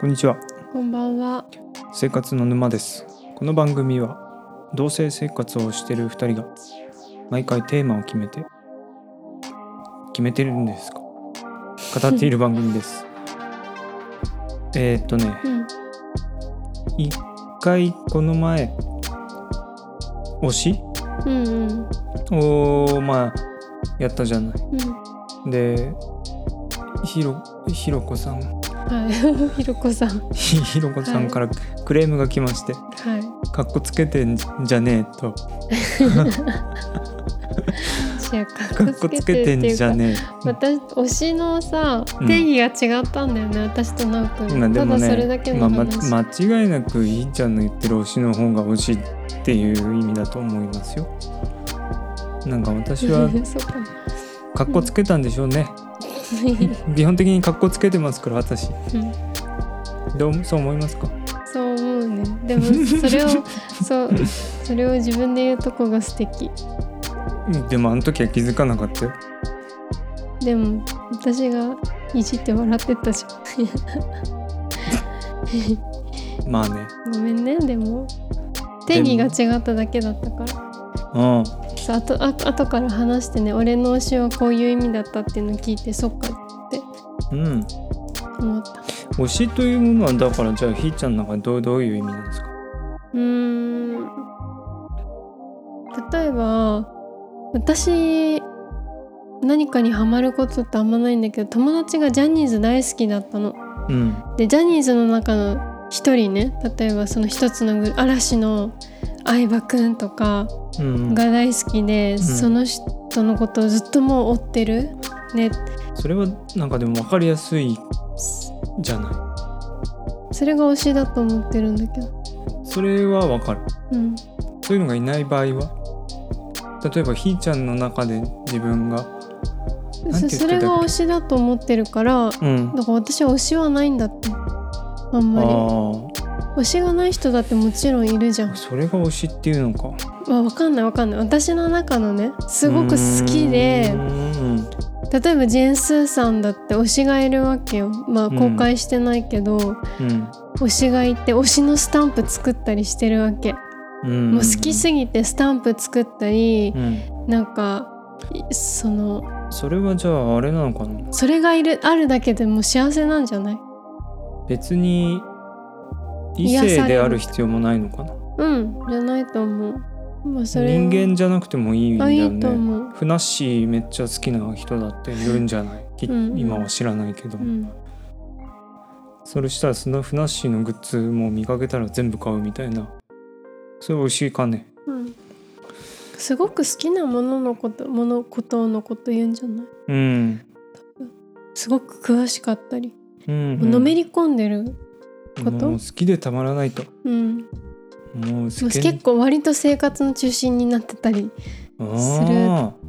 こんにちはこんばんは。生活の沼ですこの番組は同性生活をしている2人が毎回テーマを決めて決めてるんですか語っている番組です えーっとねうん。一回この前推しうんうん。をまあやったじゃないうん。でひろひろこさん はい。ひろこさん。はひひろこさんからクレームが来まして「かっこつけてんじゃねえ」とい。違う、 「かかっっここつつけけててっんていうじゃか。ねえ 私推しのさうん定義が違ったんだよね、私となおく」んまあでたもだそれねだけまあのま話、間違いなくひーちゃんの言ってる推しの方が推しっていう意味だと思いますよ。なんか私 は そうかなかっこつけたんでしょう ね。基本的にかっこつけてますから私。うんどうそう思いますかそう思うねでもそ れをそうそれを自分で言うとこが素敵でもあの時は気づかなかったよ。でも私がいじって笑ってたじゃまあね。ん ごめんねでも定義が違っただけだったからうん。そうあとあ後から話してね俺の推しはこういう意味だったっていうのを聞いてそっかってうん。思った推しというものはだからじゃあひーちゃんの中でどうどういう意味なんですかうーん例えば私何かにハマることってあんまないんだけど友達がジャニーズ大好きだったの。うん。でジャニーズの中の一人ね例えばその一つのグル嵐の相葉くんとかうん、が大好きで、その人のことをずっともう追ってる。ねそれはなんかでも分かりやすいじゃなそれが推しだと思ってるんだけど。いそれは分かるうんそういうのがいない場合は例えばひーちゃんの中で自分がなんそて言ってたっけそれが推しだと思ってるからだかうんら私は推しはないんだってあんあまりあ推しがない人だってもちろんいるじゃん、それが推しっていうのかまあ、わかんないわかんない私の中のねすごく好きでうん例えばジェーン・スーさんだって推しがいるわけよまあうん公開してないけど、うん推しがいて推しのスタンプ作ったりしてるわけ、うんもう好きぎすぎてスタンプ作ったりう、んなんかいそのそれはじゃああれなのかなそれがいるあるだけでもう幸せなんじゃない別に異癒さ性れでるある必要もないのかなうんじゃないと思う、まあ、それ人間じゃなくてもいいんだあいよいとね思う、ふなっしーめっちゃ好きな人だっているんじゃない、きうん今は知らないけどうも、ん、それしたらそのふなっしーのグッズもう見かけたら全部買うみたいなそれ美味しいかねうん、すごく好きなもののことものことのこと言うんじゃないうん、すごく詳しかったり、うんもうのめり込んでるこもとう好きでたまらないとうんももうう好結構割と生活の中心になってたり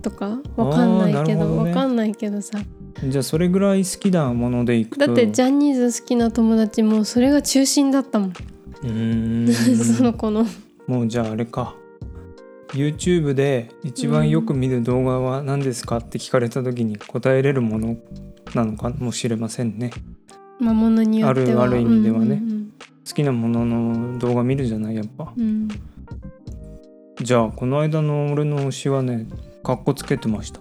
とかわかんないけあーなるどほどわ、ねかんないけどさじゃあそれぐらい好きなものでいくとだってジャニーズ好きな友達もそれが中心だったもん、う ーんその子のもうじゃああれか YouTube で一番よく見る動画は何ですかって聞かれた時に答えれるものなのかもしれませんね魔物によってはあるある意味ではねうん好きなものの動画見るじゃないやっぱうんうんじゃあこの間の俺の推しはねかっこつけてました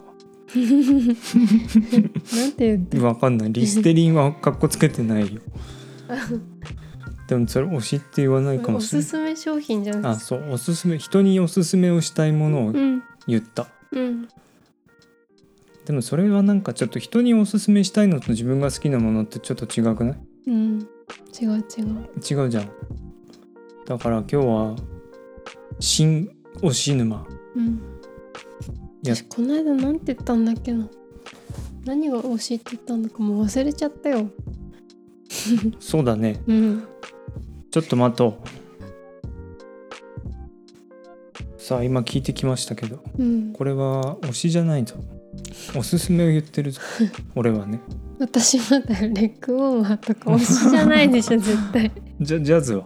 なんて言ってわかん ないリステリンはかっこつけてないよでもそれ推しって言わないかもおしれすないすめ商品じゃないあですかそうおすすめ人におすすめをしたいものをうん言った、うんでもそれはなんかちょっと人におすすめしたいのと自分が好きなものってちょっと違くないうん違う違う違うじゃんだから今日は新推し沼うんいや私この間なんて言ったんだっけな何が推しって言ったのかもう忘れちゃったよそうだねうんちょっと待とうさあ今聞いてきましたけどうんこれは推しじゃないぞおすすめを言ってるぞ俺はね私まだレッグウォーマーとか推しじゃないでし ょ絶対ジャジャズは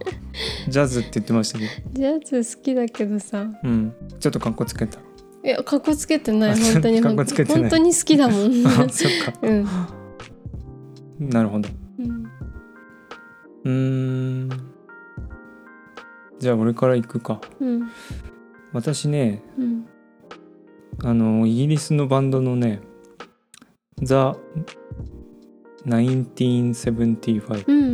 ジャズって言ってましたけどジャズ好きだけどさうんちょっとかっこつけたいやかっこつけてなあい本当にかっこつけてない本当に好き だもんあそっかうん、なるほどうん、うーんじゃあ俺から行くかうん私ねうんあのイギリスのバンドのねザ・1975うんう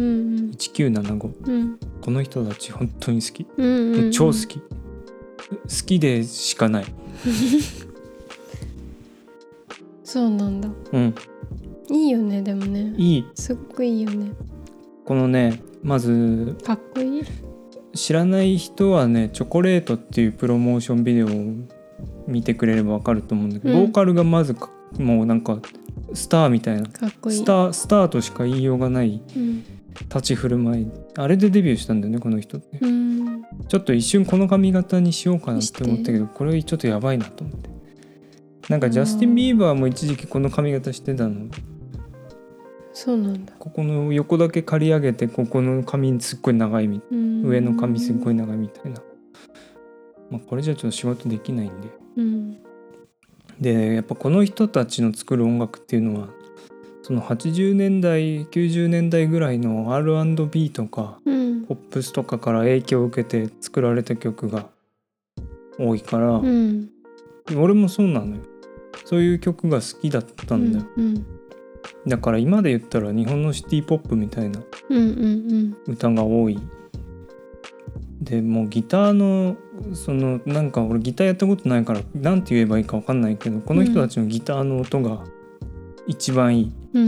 ん1975うんこの人たち本当に好き、うんうんうん超好き好きでしかないそうなんだうんいいよねでもねいいすっごいいいよねこのねまずかっこいい知らない人はね「チョコレート」っていうプロモーションビデオを見てくれればわかると思うんだけど、うんボーカルがまずかもうなんかスターみたいなかっこいいスタースターとしか言いようがないうん立ち振る舞いあれでデビューしたんだよねこの人ってうんちょっと一瞬この髪型にしようかなって思ったけどこれちょっとやばいなと思ってなんかジャスティン・ビーバーも一時期この髪型してたのそうなんだここの横だけ刈り上げてここの髪すっごい長いみたいな上上の髪すっごい長いみたいな、まあ、これじゃちょっと仕事できないんでうんでやっぱこの人たちの作る音楽っていうのはその80年代90年代ぐらいの R&B とかうんポップスとかから影響を受けて作られた曲が多いから、うん俺もそうなのよそういう曲が好きだったんだよ、うんだから今で言ったら日本のシティポップみたいなうんうんうん歌が多いでもうギターのそのなんか俺ギターやったことないから何て言えばいいか分かんないけどこの人たちのギターの音が一番いい、うんう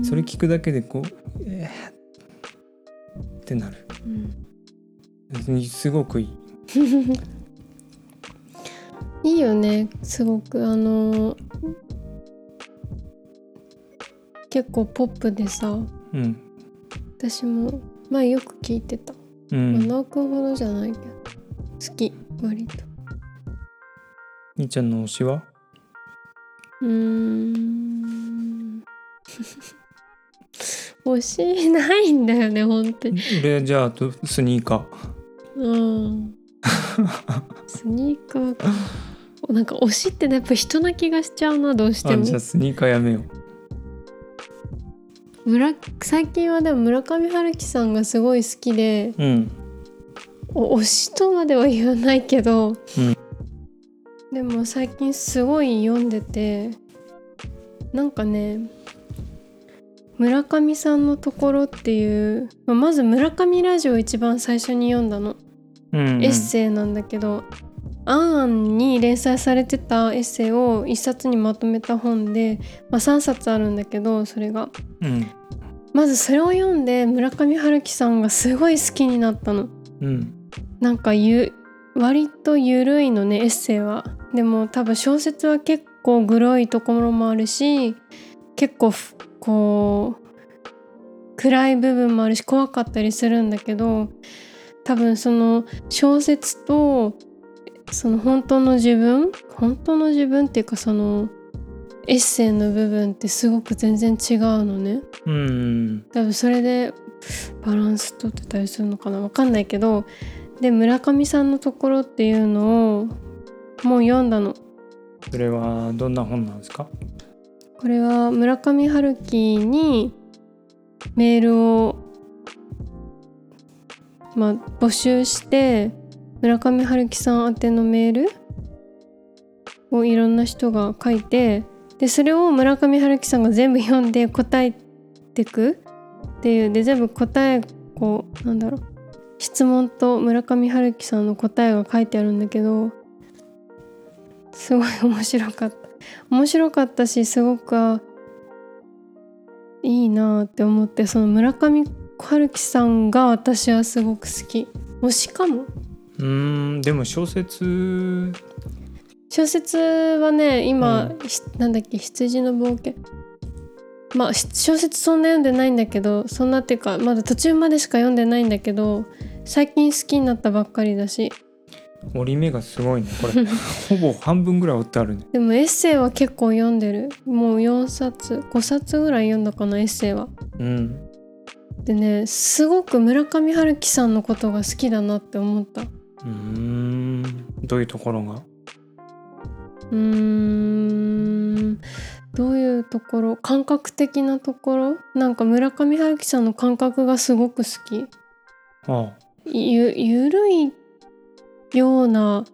んそれ聞くだけでこう「えーってなるうんすごくいいいいよねすごくあの結構ポップでさうん私も前よく聞いてたうまあん直くんほどじゃないけど好き割と兄ちゃんの推しはうーん 推しないんだよね本当に俺じゃああとスニーカうん、スニーカーかなんか推しってやっぱ人な気がしちゃうなどうしーてあもじゃあスニーカーやめよ村最近はでも村上春樹さんがすごい好きでううんお推しとまでは言わないけど、でも最近すごい読んでてなんかね村上さんのところっていう、まあまず村上ラジオ一番最初に読んだうの。んうんエッセイなんだけど、アンアンに連載されてたエッセイを一冊にまとめた本で、まあ、3冊あるんだけどそれがうんまずそれを読んで村上春樹さんがすごい好きになったのうんなんかゆ割と緩いのねエッセイはでも多分小説は結構グロいところもあるし結構ふこう暗い部分もあるし怖かったりするんだけど多分その小説とその本当の自分本当の自分っていうかそのエッセイの部分ってすごく全然違うのね。うんうん多分それでバランス取ってたりするのかなわかんないけどで村上さんのところっていうのをもう読んだのそれはどんな本なんですかこれは村上春樹にメールを、まあ、募集して村上春樹さん宛てのメールをいろんな人が書いてでそれを村上春樹さんが全部読んで答えてくっていうで全部答えこうなんだろう質問と村上春樹さんの答えが書いてあるんだけどすごい面白かった。面白かったしすごくあいいなって思ってその村上春樹さんが私はすごく好き推しかもうーんでも小説小説はね今、うひなんだっけ羊の冒険まあし小説そんな読んでないんだけどそんなっていうかまだ途中までしか読んでないんだけど最近好きになったばっかりだし折り目がすごいねこ れほぼ半分ぐらい折ってあるねでもエッセイは結構読んでるもう4冊5冊ぐらい読んだかなエッセイはうんでねすごく村上春樹さんのことが好きだなって思ったうーんどういうところがうーんどういうところ感覚的なところなんか村上春樹さんの感覚がすごく好きあゆゆるいような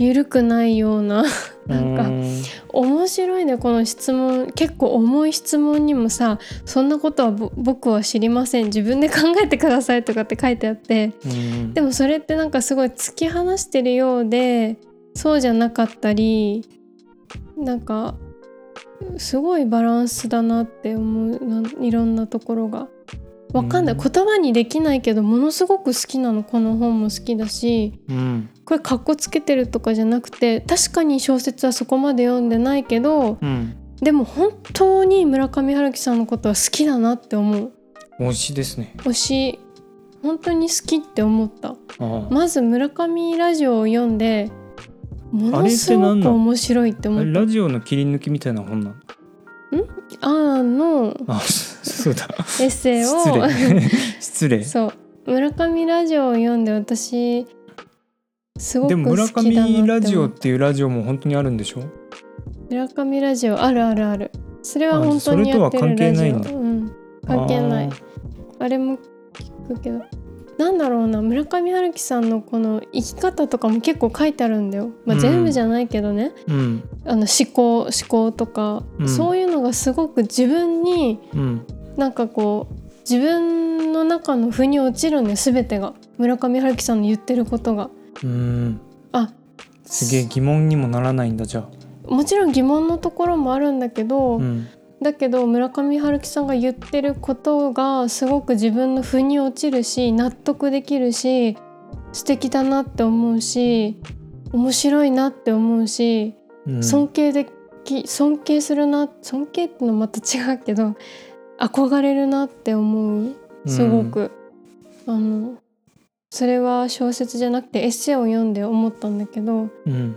ゆるくないような あなんかうー面白いねこの質問結構重い質問にもさ「そんなことはぼ僕は知りません自分で考えてください」とかって書いてあってうんでもそれってなんかすごい突き放してるようでそうじゃなかったりなんかすごいバランスだなって思うないろんなところが。わかんないうん言葉にできないけどものすごく好きなのこの本も好きだしうんこれかっこつけてるとかじゃなくて確かに小説はそこまで読んでないけどうんでも本当に村上春樹さんのことは好きだなって思う推しですね推し本当に好きって思ったああまず村上ラジオを読んでものすあれって何ごなくの面白いって思あれったラジオの切り抜きみたいな本なのあーの あそうだエッセイを失礼 失礼 そう村上ラジオを読んで私すごでくも村好きだなって上思ラジオっうていうラジオも本当にあるんでしょ村上ラジオあるあるあるそれはあ本当にやってるラそジれオとは関係ないんだうん、関係ないああれも聞くけどなんだろうな村上春樹さんのこの生き方とかも結構書いてあるんだよ、まあ、うん全部じゃないけどね、ーうんあの思考思考とか、うんそういうのがすごく自分にうんなんかこう自分の中の腑に落ちるんだよ全てが村上春樹さんの言ってることが。うんあすげえ疑問にもならないんだじゃもちろん疑問のところもあるんだけあど、うんだけど村上春樹さんが言ってることがすごく自分の腑に落ちるし納得できるし素敵だなって思うし面白いなって思うしうん尊敬でき尊敬するな尊敬ってのはまた違うけど憧れるなって思うすごく、あのそれは小説じゃなくてエッセイを読んで思ったんだけど、うん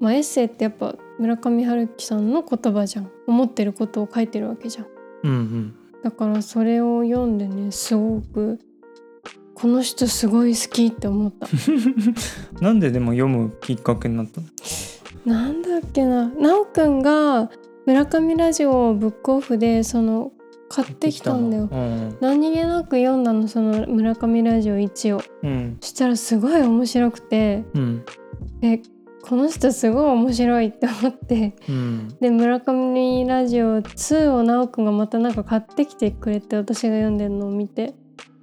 まあ、エッセイってやっぱ村上春樹さんの言葉じゃん思ってることを書いてるわけじゃん。うんうんだからそれを読んでねすごくこの人すごい好きって思ったなんででも読むきっかけになったのなんだっけななおくんが村上ラジオをブックオフでその買ってきたんだようん何気なく読んだのその村上ラジオ1をうんそしたらすごい面白くてうんえこの人すごい面白いって思ってうんで村上ラジオ2をなおくんがまたなんか買ってきてくれて私が読んでるのを見て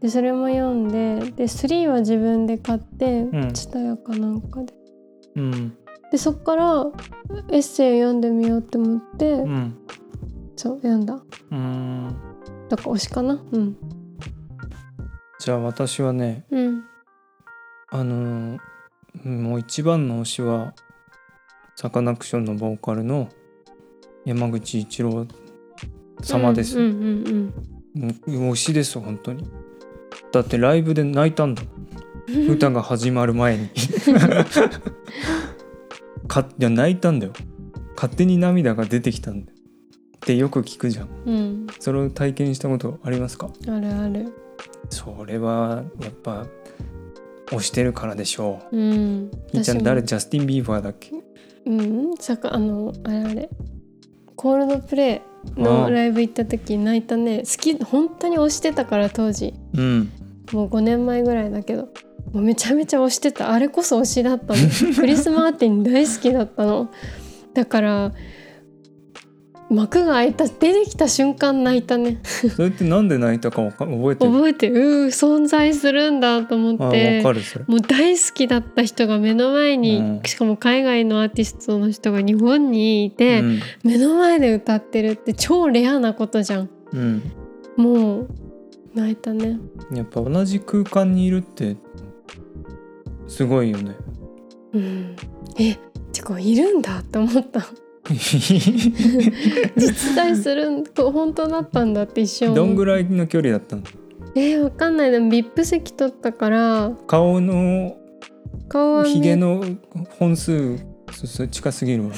でそれも読んでで3は自分で買ってん蔦屋、かなんかでうんでそっからエッセイを読んでみようって思って、うんそう読んだうんだから推しかなうんじゃあ私はねうんあのーもう一番の推しはサカナクションのボーカルの山口一郎様です、うんうんうんもう推しです本当にだってライブで泣いたんだうん歌が始まる前に かいや泣いたんだよ勝手に涙が出てきたんだよってよく聞くじゃんうんそれを体験したことありますかあるあるそれはやっぱ推してるからでしょううんひーちゃん私も誰ジャスティン・ビーバーだっけうんさかあのあれあれコールドプレイあのーライブ行った時泣いたね好き本当に推してたから当時うんもう5年前ぐらいだけどもうめちゃめちゃ推してたあれこそ推しだっ たのクリス・マーティン大好きだったのだから幕が開いた出てきた瞬間泣いたねそれってなんで泣いたかわか覚えてる覚えてるうー存在するんだとあ思っわてかるそれもう大好きだった人が目の前に、うんしかも海外のアーティストの人が日本にいて、うん目の前で歌ってるって超レアなことじゃんうんもう泣いたねやっぱ同じ空間にいるってすごいよねうんえてかいるんだって思った実在するんこう本当だったんだって一瞬どんぐらいらいの距離だったのえーわかんないでも VIP 席取ったから顔の顔はねひげの本数そそ近すぎるわ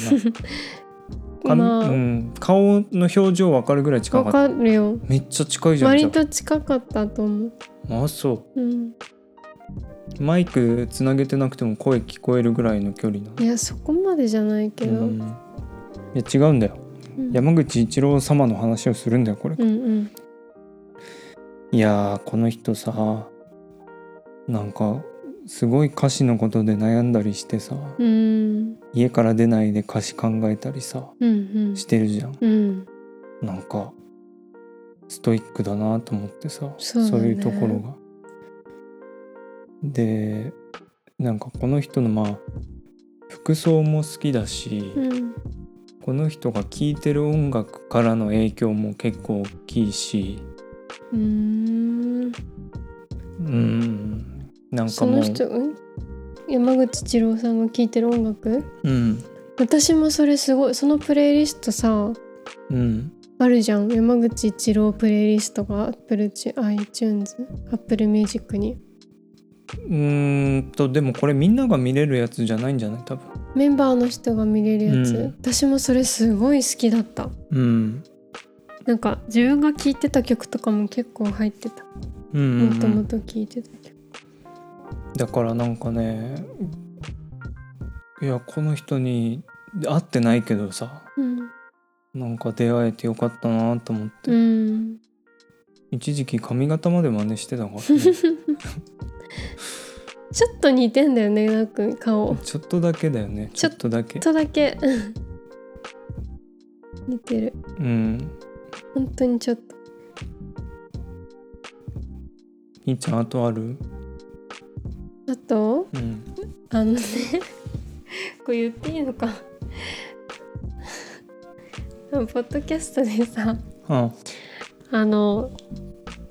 な まあ髪、うん、顔の表情わかるぐらい近わかったかるよめっちゃ近いじゃんじゃ割と近かったと思うああそうんマイクつなげてなくても声聞こえるぐらいの距離ないやそこまでじゃないけど、ううんん、いや違うんだようん山口一郎様の話をするんだよこれ、うんいやーこの人さなんかすごい歌詞のことで悩んだりしてさうんうん家から出ないで歌詞考えたりさうんうんしてるじゃんうんなんかストイックだなと思ってさそうだねいうところが。でなんかこの人のまあ服装も好きだし、うんこの人が聴いてる音楽からの影響も結構大きいしうんうんなんかそもうの人うん山口一郎さんが聴いてる音楽うん私もそれすごいそのプレイリストさうんあるじゃん山口一郎プレイリストが Apple チ iTunes Apple Music にうーんとでもこれみんなが見れるやつじゃないんじゃない多分メンバーの人が見れるやつ、うん私もそれすごい好きだったうんなんか自分が聴いてた曲とかも結構入ってたうんうんうんもともと聴いてた曲だからなんかねいやこの人に会ってないけどさうん、なんか出会えてよかったなと思って、うん、一時期髪型まで真似してたから、ね、 ちょっと似てんだよねなっくん顔ちょっとだけだよねちちょょっとだけちょっとだけ うん似てるうん本当にちょっとひーちゃんあとあるあとうんあのね これ言っていいのか あのポッドキャストでさああの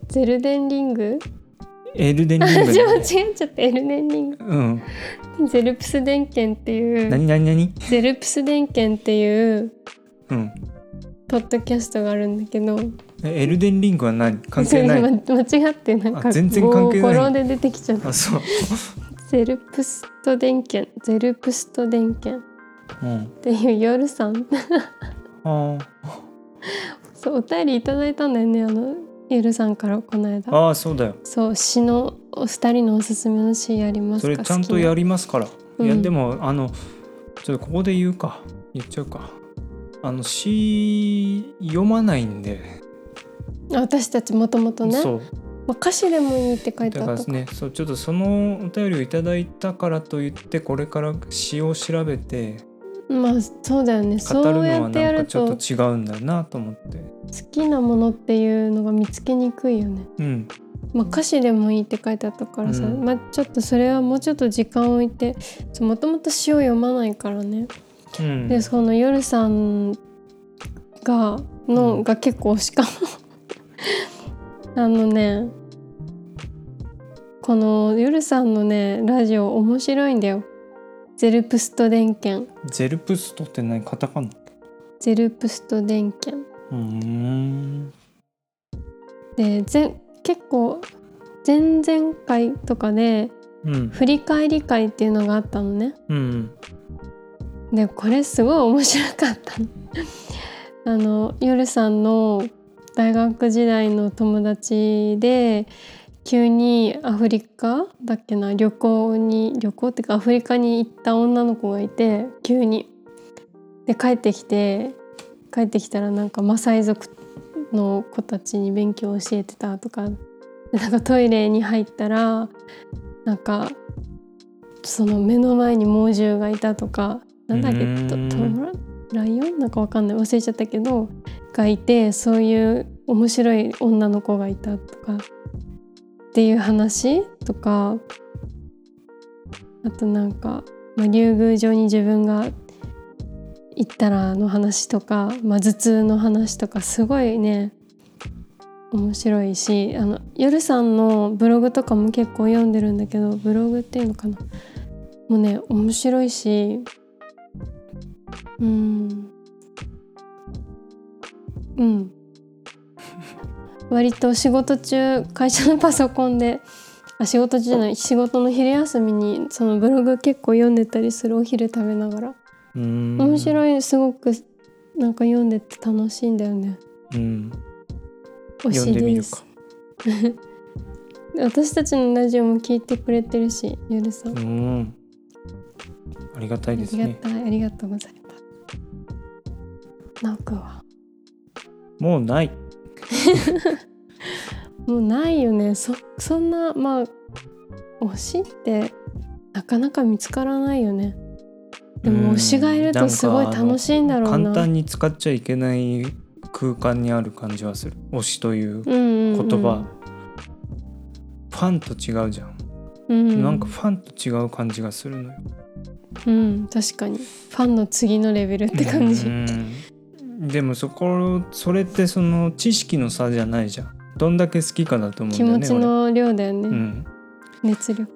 ゼルデンリングエルデンリング私だ間ね違えちゃったエルデンリングうんゼルプス電研っていう何何何ゼルプス電研っていううんポッドキャストがあるんだけどえエルデンリングは何関係なそいれま間違ってなんあか全然関係ない語呂で出てきちゃったあそうゼルプスト電研ゼルプスト電研っうんていう夜さん あそうお便りいただいたんだよねあの夜さんからこのー間あーそうだよそう詩のお二人のおすすめの詩やりますそかれちゃんとやるりますから、うんいやでもあのちょっとここで言うか言っちゃうかあの詩読まないんで、私たちもともとね、まそうあ、歌詞でもいいって書いてだあかっらたねそうちょっとそのお便りをいただいたからといってこれから詩を調べてまあそうだよ語るねのそうやはってやなんかるちょとっ好と違うんだなと思ってきなものっていうのが見つけにくいよねうんまあ、歌詞でもいいって書いてあったからさ、うんまあ、ちょっとそれはもうちょっと時間を置いてもともと詩を読まないからね、うんでその夜さんがの、うんが結構推しかも あのねこの夜さんのねラジオ面白いんだよゼルプスト電研ゼルプストって何カタカナゼルプスト電研うーんでぜ結構前々回とかでうん振り返り会っていうのがあったのねうんでこれすごい面白かったのあの夜さんの大学時代の友達で急にアフリカだっけな旅行に旅行っていうかアフリカに行った女の子がいて急に。で帰ってきて帰ってきたらなんかマサイ族の子たちに勉強を教えてたとかでなんかトイレに入ったらなんかその目の前に猛獣がいたとかなんだっうけーとんトラライオンなんかわかんない忘れちゃったけどがいてそういう面白い女の子がいたとかっていう話とかあとなんか、まあ、竜宮城に自分が行ったらの話とか、まあ、頭痛の話とかすごいね面白いしあの夜さんのブログとかも結構読んでるんだけどブログっていうのかなもうね面白いしうんうん割と仕事中会社のパソコンであ仕事中じゃない仕事の昼休みにそのブログ結構読んでたりするお昼食べながらうーん面白いすごくなんか読んでて楽しいんだよねうん読ん推しでみでるす か私たちのラジオも聞いてくれてるしゆるさん、うんありがたいですありねがたいありがとうございますなおくんはもうないもうないよねそそんなまあ推しってなかなか見つからないよねでうんも推しがいるとすごいなんかあの楽しいんだろうな簡単に使っちゃいけない空間にある感じはする推しといううんうんう言ん葉、ファンと違うじゃん、うん、なんかファンと違う感じがするのようん確かにファンの次のレベルって感じ、うんでもそこそれってその知識の差じゃないじゃんどんだけ好きかだと思うん気だよ持ねちの量だよね、俺うん熱量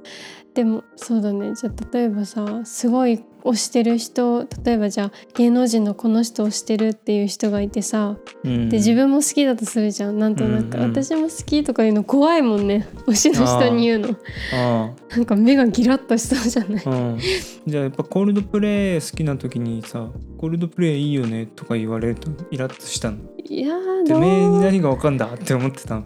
でもそうだねじゃあ例えばさすごい推してる人例えばじゃあ芸能人のこの人を推してるっていう人がいてさうん、で自分も好きだとするじゃんなんとなく、うんうん私も好きとか言うの怖いもんね推しの人に言うのあなんか目がギラッとしそうじゃないあ、うん、じゃあやっぱコールドプレイ好きな時にさ「コールドプレイいいよね」とか言われるとイラッとしたのいやーてどめえにう何がわかんだって思ってたの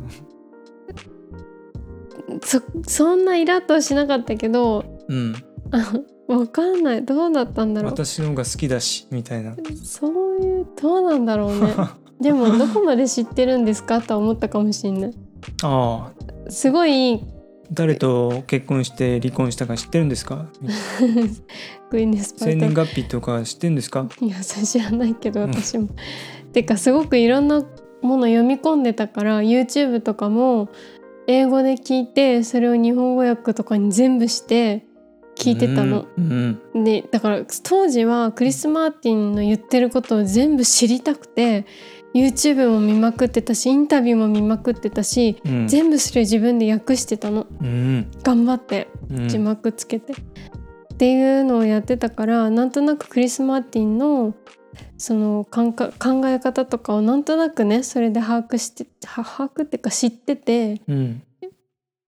そそんなイラッとはしなかったけどうんあわかんないどうだったんだろう私の方が好きだしみたいなそういうどうなんだろ うねでもどこまで知ってるんですかとは思ったかもしれないああすごい 誰と結婚して離婚したか知ってるんです かグリーンスパ生ルタ年月日とか知ってんですかいやそれ知らないけどうん私も。てかすごくいろんなもの読み込んでたから YouTube とかも英語で聞いてそれを日本語訳とかに全部して聞いてたの。うん、うんでだから当時はクリス・マーティンの言ってることを全部知りたくて YouTube も見まくってたしインタビューも見まくってたしうん全部それを自分で訳してたのうん頑張って。うん字幕つけて、っていうのをやってたからなんとなくクリス・マーティンのその考え考え方とかをなんとなくねそれで把握しては把握っていうか知っててうん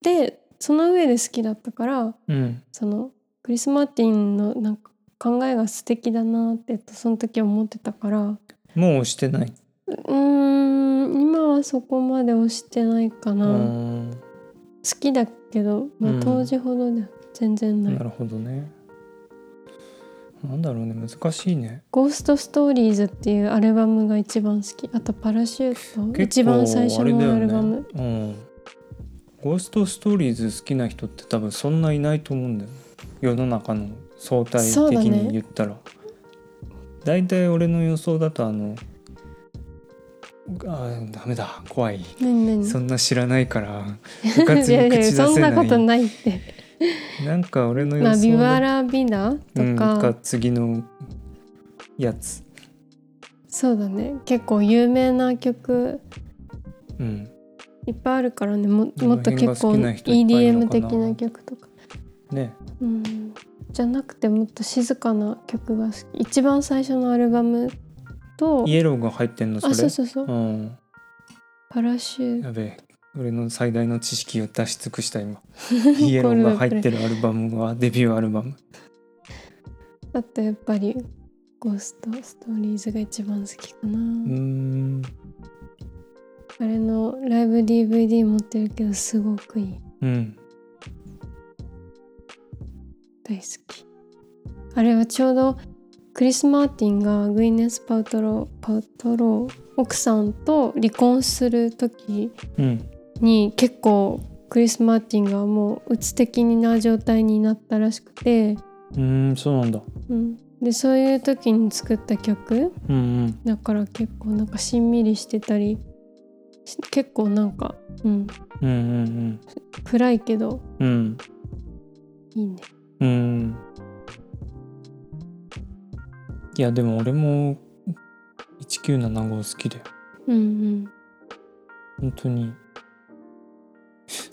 でその上で好きだったからうんそのクリス・マーティンのなんか考えが素敵だなってその時思ってたからうもう押してない、ーん今はそこまで推してないかうな、好ん、きだけど、まあうん当時ほどでは全然ない、なるほどねなんだろうね難しいねゴーストストーリーズっていうアルバムが一番好きあとパラシュート結一構番最初あれだのよアねルバム、うん、ゴーストストーリーズ好きな人って多分そんないないと思うんだよね世の中の相対そう的だねに言ったら、大体俺の予想だとあのあーダメだ怖い何何そんな知らないから部活に口いやい出やせないそんなことな いってなんか俺の予まあビ想ワだラビナうとん、か、か次のやつそうだね結構有名な曲うんいっぱいあるからねもどものっと辺が結構好きな人いっぱいいるの EDM かな的な曲とかねうんじゃなくてもっと静かな曲が好き一番最初のアルバムとイエローが入ってんのそれあそうそうそう、うんパラシュートやべえ俺の最大の知識を出し尽くした今イエローが入ってるアルバムはデビューアルバムあとやっぱりゴーストストーリーズが一番好きかな、うーんあれのライブ DVD 持ってるけどすごくいいうん大好きあれはちょうどクリス・マーティンがグイネス・パウトローパウトロー奥さんと離婚する時うんに結構クリス・マーティンがもううつ的な状態になったらしくて、うーんそうなんだうん、でそういう時に作った曲うんうんだから結構なんかしんみりしてたりし結構なんか、うん、うんうん暗いけどうんうんいいねうんいやでも俺も1975好きだようん本当に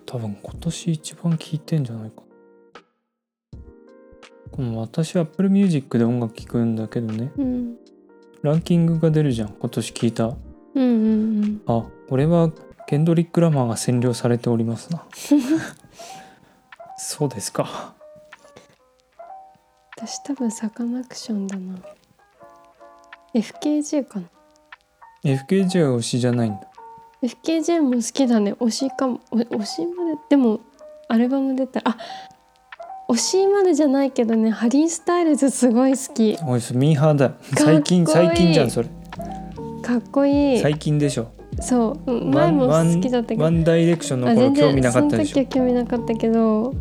多分今年一番聴いてんじゃないかこの私 Apple Music で音楽聴くんだけどねうんうんランキングが出るじゃん今年聴いたうんうんうんあこれはケンドリック・ラマーが占領されておりますな そうですか私多分サカナクションだな FKJ かな FKJ は推しじゃないんだ FKJ も好きだね推しかもお推しまででもアルバム出たらあ推しまでじゃないけどねハリー・スタイルズすごい好きおいそれミーハーだよ最近かっこいい最近じゃんそれかっこいい最近でしょそううんワ前ンもワン好きだったけどワンダイレクションの頃興味なかったでしそのょ時は興味なかったけど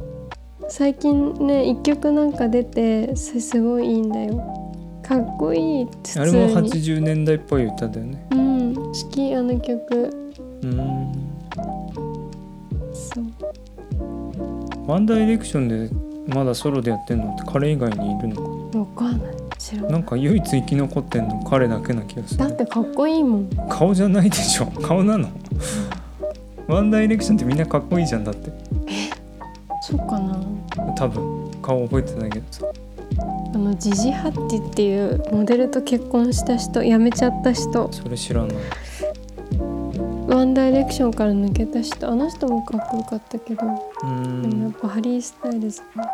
最近ね一曲なんか出てそれすごいいいんだよかっこいい普通にあれも80年代っぽい歌だよねうん好きあの曲うーんそうワンダイレクションでまだソロでやってんのって彼以外にいるのわかんない知からないなんか唯一生き残ってんの彼だけな気がすだるってかっこいいもん顔じゃないでしょ顔なのワンダイレクションってみんなかっこいいじゃんだってそうかな多分顔覚えてないけどさあのジジハッティっていうモデルと結婚した人辞めちゃった人それ知らないワンダイレクションから抜けた人あの人もかっこよかったけど、うーでもやっんぱハリー・スタイルズは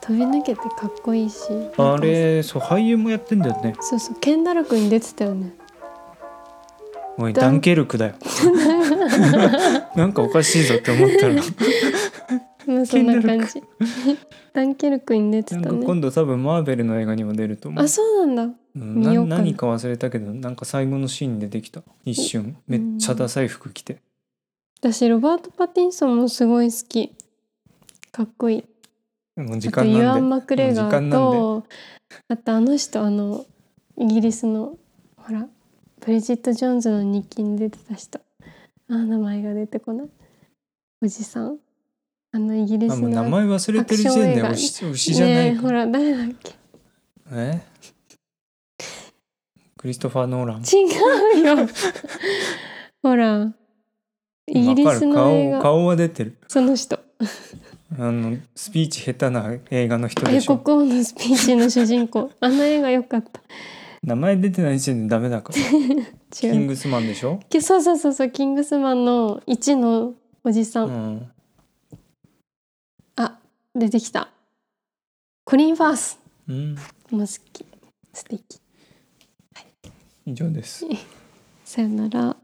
飛び抜けてかっこいいしあれそう俳優もやってんだよねそうそうケンダラ君に出てたよねおいダンダンケル クだよなんかおかしいぞって思ったらなまあそんな感じダンケルクに出てんたかね今度多分マーベルの映画にも出ると思うあそうなんだうん見なようかな何か忘れたけどなんか最後のシーンでできた一瞬めっちゃダサい服着て私ロバート・パティンソンもすごい好きかっこいいもう時あと間ユなんアン・でマクレガもう時間ーなとあとあの人あのイギリスのほらブリジット・ジョーンズの日記に出てた人あー名前が出てこないおじさんあのイギリあスものう名前忘れてる時点で牛し牛じゃなねえいほから誰だっけえクリストファー・ノーラン違 うよほらイギリスのわかる顔映画顔は出てるその人あのスピーチ下手な映画の人で英しょ国王のスピーチの主人公あの映画良かった名前出てない時点でダメだからキ 違ンうグスマンでしょ、けそうそうそうそうキングスマンの1のおじさ、うんん、あ出てきたコリン・ファースうん、も好き素敵以上ですさよなら